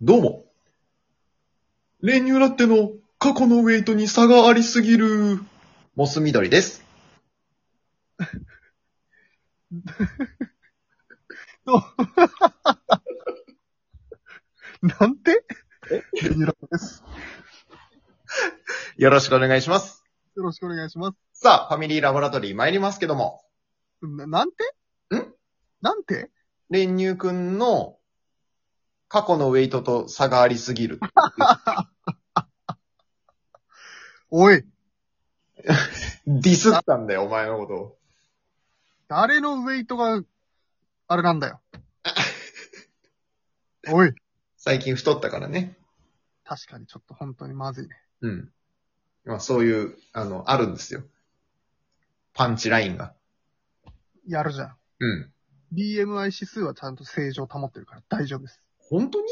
どうも。練乳ラッテの過去のウェイトに差がありすぎる。モス緑です。なんてえレニュラです。よろしくお願いします。よろしくお願いします。さあ、ファミリーラボラトリー参りますけども、な、なんてんなんて練乳くんの過去のウェイトと差がありすぎる。おいディスったんだよ、お前のことを。誰のウェイトが、あれなんだよ。おい最近太ったからね。確かにちょっと本当にまずいね。うん。まあ、そういう、あの、あるんですよ。パンチラインが。やるじゃん。うん。 BMI 指数はちゃんと正常保ってるから大丈夫です。本当に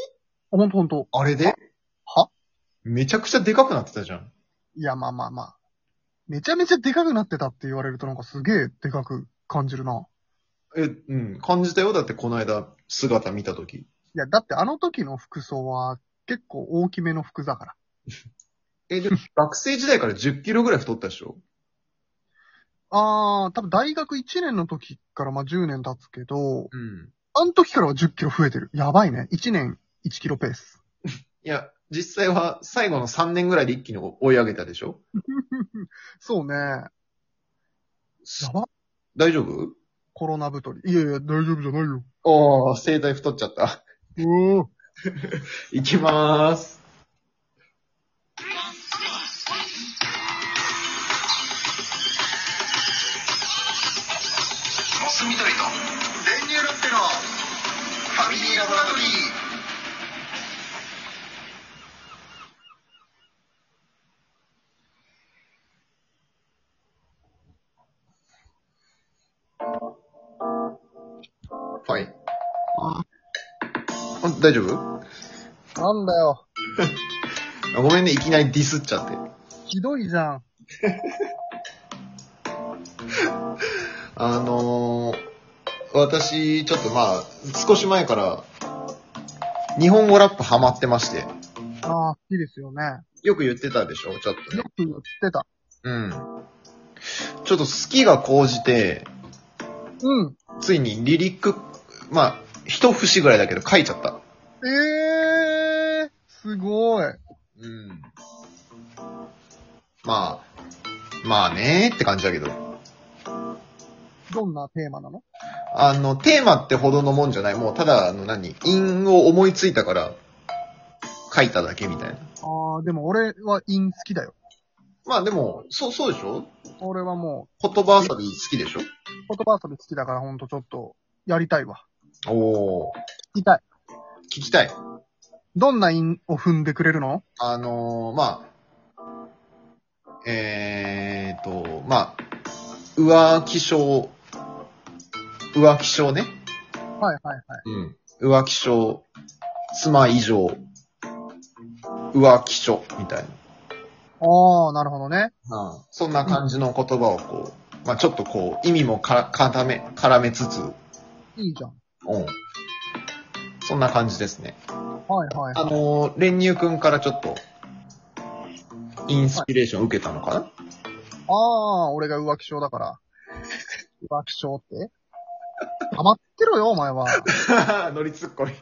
あほんとほんと。あれではめちゃくちゃでかくなってたじゃん。いや、まあまあまあ。めちゃめちゃでかくなってたって言われるとなんかすげえでかく感じるな。え、うん、感じたよ。だってこの間、姿見たとき。いや、だってあの時の服装は結構大きめの服だから。え、 でも学生時代から10キロぐらい太ったでしょああ、多分大学1年の時からまあ10年経つけど、うん。あの時からは10キロ増えてる。やばいね。1年1キロペース。いや、実際は最後の3年ぐらいで一気に追い上げたでしょそうね。やば。大丈夫コロナ太り。いやいや、大丈夫じゃないよ。おー、生体太っちゃった。うおー いきまーす。モス緑と練乳ロッテのファミリーラボラトリーはい。あ大丈夫なんだよ。ごめんね、いきなりディスっちゃって。ひどいじゃん。あのー、私、ちょっとまあ、少し前から、日本語ラップハマってまして、ああ、いいですよね。よく言ってたでしょちょっとねよく言ってた。うん。ちょっと好きが高じて、うん。ついにリリック、まあ、一節ぐらいだけど書いちゃった。ええー、すごい。うん。まあ、まあねーって感じだけど。どんなテーマなのあの、テーマってほどのもんじゃない。もうただ、あの何、韻を思いついたから、書いただけみたいな。ああ、でも俺は陰好きだよ。まあでも、そう、そうでしょ俺はも言葉遊び好きでしょう、言葉遊び好きだからほんとちょっと、やりたいわ。おー、聞きたい。聞きたい。どんな陰を踏んでくれるのあのー、まあ、えーと、まあ、浮気症、浮気症ね。はいはいはい。うん。浮気症、妻以上、浮気症、みたいああ、なるほどね。な。うん。そんな感じの言葉をこう、まあちょっとこう、意味もか、絡め、絡めつつ、うん。いいじゃん。そんな感じですね。はいはい。あのー、練乳くんからちょっと、インスピレーション受けたのかな、ああ、俺が浮気症だから。 浮気症って溜まってろよ、お前は。 乗りつっこい。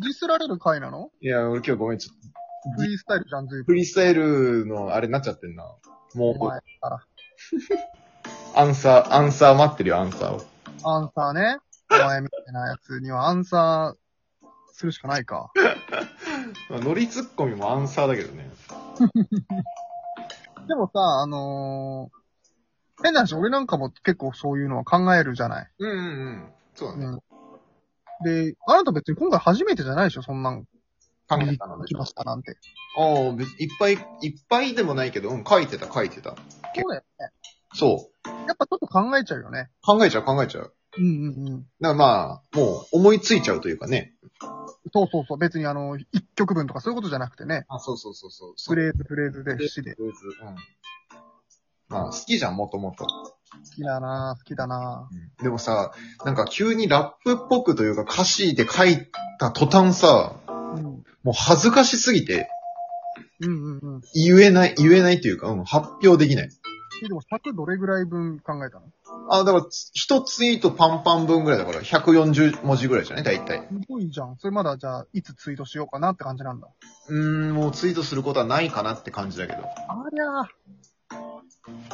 ディスられる回なのいや、俺今日ごめん、ちょっと。フリースタイルじゃん、ずいぶフリースタイルのあれになっちゃってんな。もん。お前う、から。アンサー、アンサー待ってるよ、アンサーを。アンサーね。お前みたいなやつにはアンサーするしかないか。まあ乗りツッコミもアンサーだけどね。でもさ、あのー、変な話、俺なんかも結構そういうのは考えるじゃない。うんうんうん。そうだうね。ん。で、あなた別に今回初めてじゃないでしょ、そんなん。考えたので来ましたなんて。ああ、別にいっぱい、いっぱいでもないけど、うん、書いてた、書いてた。そうだよね。そう。やっぱちょっと考えちゃうよね。考えちゃう、考えちゃう。うんうんうん。だからまあ、もう思いついちゃうというかね。そうそうそう。別にあの、一曲分とかそういうことじゃなくてね。あ、そうそうそうそう。フレーズフレーズで、節で。うん。まあ、好きじゃん、もともと。好きだな好きだなでもさ、なんか急にラップっぽくというか歌詞で書いた途端さ、うん。もう恥ずかしすぎて、うんうんうん。言えない、言えないというか、うん、発表できない。えでも尺どれぐらい分考えたのあ、だから、一ツイートパンパン分ぐらいだから、140文字ぐらいじゃない大体。すごいじゃん。それまだじゃあ、いつツイートしようかなって感じなんだ。うーん、もうツイートすることはないかなって感じだけど、ありゃー。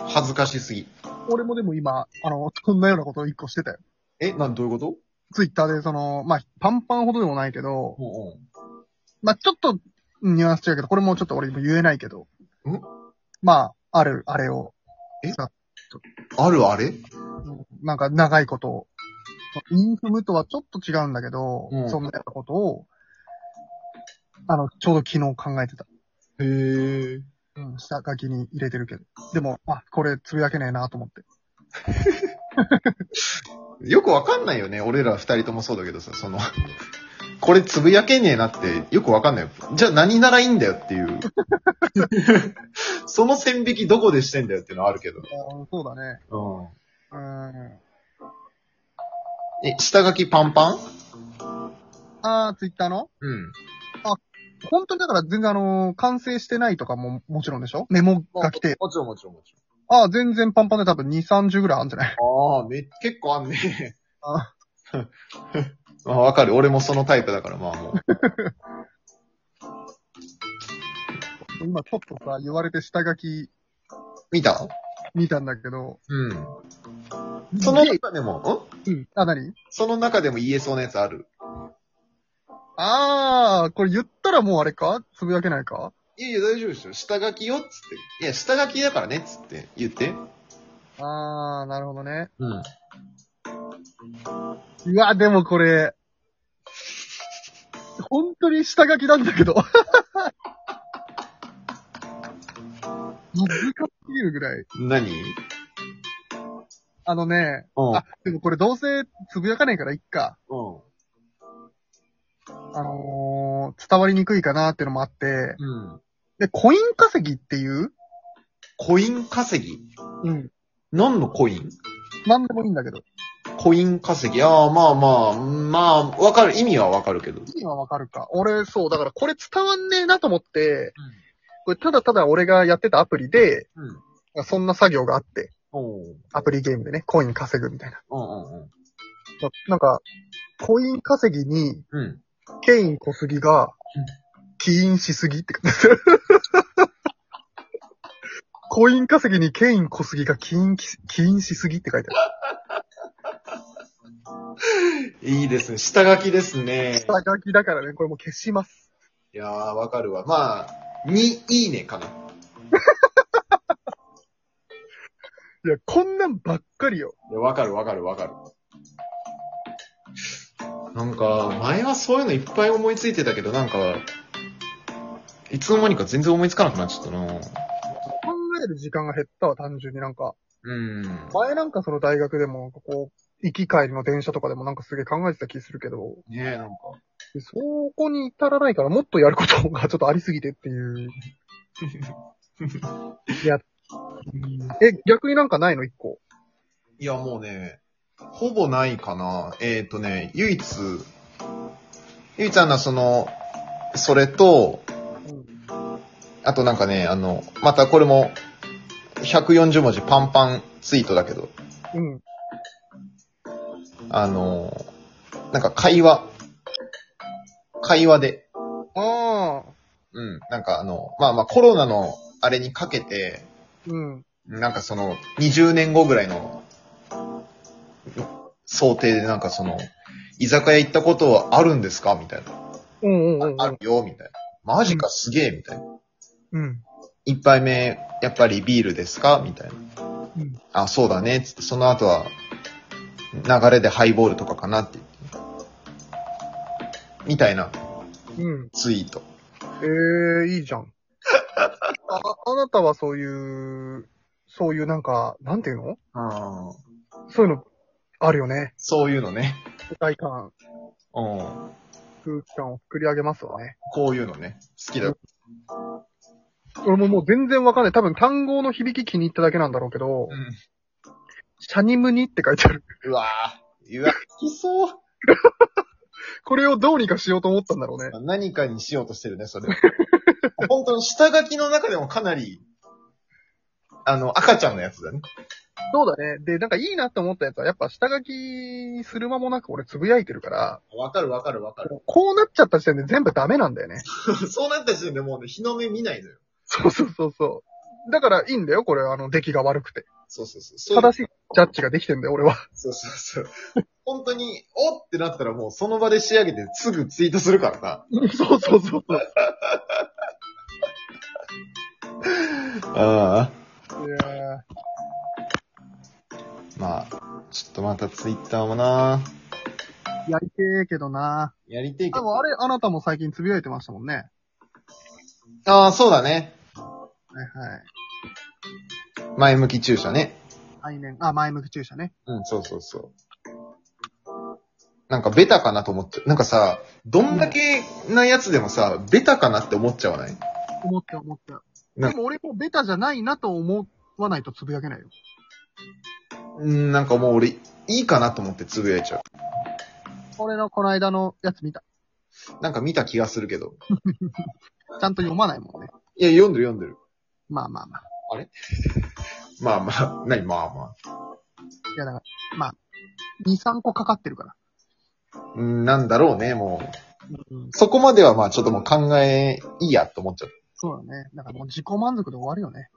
恥ずかしすぎ。俺もでも今、あの、そんなようなことを一個してたよ。え、なん、どういうことツイッターで、その、まあ、パンパンほどでもないけど、うんまあ、ちょっと、ニュアンス違うけど、これもちょっと俺も言えないけど。んまあ、ある、あれを、あるあれなんか長いことを、インフムとはちょっと違うんだけど、うんそんなようなことを、あの、ちょうど昨日考えてた。へー。うん、下書きに入れてるけど。でも、あ、これつぶやけねえなと思って。よくわかんないよね。俺ら二人ともそうだけどさ、その、 これつぶやけねえなってよくわかんないよ。じゃあ何ならいいんだよっていう。 その線引きどこでしてんだよっていうのはあるけど。そうだね。ううん。ん。え、下書きパンパンあー、ツイッターのうん。本当にだから全然あのー完成してないとかももちろんでしょメモが来て。もちろんもちろんもちあー、全然パンパンで多分2、30ぐらいあるんじゃないろん。ああ、め、結構あんね。 ああわかる。俺もそのタイプだから、まあもう。ー今ちょっとさ、言われて下書き見た見たんだけど。うん。その中でも、んうん。あ、何その中でも言えそうなやつあるあー、これ言ったらもうあれかつぶやけないかいやいや、大丈夫ですよ。下書きよっつって。いや、下書きだからねっつって言って。あー、なるほどね。うん。うわ、でもこれ、本当に下書きなんだけど。 難しすぎるぐらい。何あのね、うん。あ、でもこれどうせつぶやかないからいっか。うん。あのー、伝わりにくいかなっていうのもあって、うん。で、コイン稼ぎっていうコイン稼ぎうん。何のコインなんでもいいんだけど。コイン稼ぎああ、まあまあ、まあ、わかる。意味はわかるけど。意味はわかるか。俺、そう、だからこれ伝わんねえなと思って、これただただ俺がやってたアプリで、うん。うん。そんな作業があって、おうアプリゲームでね、コイン稼ぐみたいな。うんうんうん。なんか、コイン稼ぎに、うん。ケイン小杉がうん、起因しすぎって書いてある コイン稼ぎにケイン小杉が起因き、起因しすぎって書いてある。いいですね。下書きですね。下書きだからね、これもう消します。いやー、わかるわ。まあ、に、いいねかな。いや、こんなんばっかりよ。いやわかるわかるわかる。なんか、前はそういうのいっぱい思いついてたけど、なんか、いつの間にか全然思いつかなくなっちゃったな考える時間が減ったわ、単純になんか。うん。前なんかその大学でも、こう、行き帰りの電車とかでもなんかすげえ考えてた気するけど、ねえ、なんか。でそこに至らないからもっとやることがちょっとありすぎてっていう。いや、え、逆になんかないの一個。いや、もうね、ほぼないかな。えっ、ー、とね、唯一、唯一あの、その、それと、あとなんかね、あの、またこれも、140文字パンパンツイートだけど、うん。あの、なんか会話、会話で、ああ。うん、なんかあの、まあまあコロナのあれにかけて、うん。なんかその、20年後ぐらいの、想定でなんかその、居酒屋行ったことはあるんですかみたいな。うんうんうんあるよ、みたいな。マジか、すげえ、みたいな。うん。一杯目、やっぱりビールですかみたいな。うんあ、そうだね、つって、その後は、流れでハイボールとかかなって言って。みたいなうん。ツイート。ええいいじゃん。あ、あなたはそういう、そういうなんか、なんていうのうんそういうの、あるよね。そういうのね。世界観、うん。空気感を作り上げますわね。こういうのね。好きだ。俺ももう全然わかんない。多分単語の響き気に入っただけなんだろうけど、うん。シャニムニって書いてある。うわぁ。うわ、きそう。これをどうにかしようと思ったんだろうね。何かにしようとしてるね、そ れ。本当に下書きの中でもかなり、あの、赤ちゃんのやつだね。そうだね。で、なんかいいなって思ったやつは、やっぱ下書きする間もなく俺つぶやいてるから、わかるわかるわかる。こうなっちゃった時点で全部ダメなんだよね。 そうなった時点でもうね、日の目見ないのよ。そうそうそうそう。だからいいんだよ、これ、あの、出来が悪くて。そうそうそう。そう正しいジャッジができてんだよ、俺は。そうそうそう。 本当に、おってなったらもうその場で仕上げてすぐツイートするからさ。そうそうそうそう。ああ。いやまあ、ちょっとまたツイッターもなーやりてえけどなやりてえけでど。もあれ、あなたも最近つぶやいてましたもんね。はいああ、そうだね。はい。前向き注射ね。来年、あ、前向き注射ね。うん、そうそうそう。なんかベタかなと思っちゃう。なんかさ、どんだけなやつでもさ、ベタかなって思っちゃわない思った思った。なでも俺もベタじゃないなと思わないとつぶやけないよ。うん、なんかもう俺、いいかなと思ってつぶやいちゃう。俺のこの間のやつ見た。なんか見た気がするけど。ちゃんと読まないもんね。いや、読んでる読んでる。まあまあまあ。まあまあ、 なにまあまいやだから、まあ、2、3個かかってるから。あ。うん、なんだろうね、もう。うん、そこまではまあちょっともう考え、いいやと思っちゃう。そうだね。だからもう自己満足で終わるよね。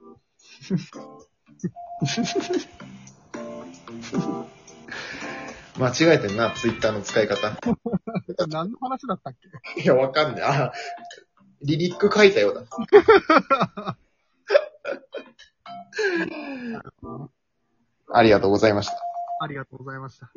間違えてんな、ツイッターの使い方。 何の話だったっけいや、わかんない。あ、リリック書いたようだ。 ありがとうございました。ありがとうございました。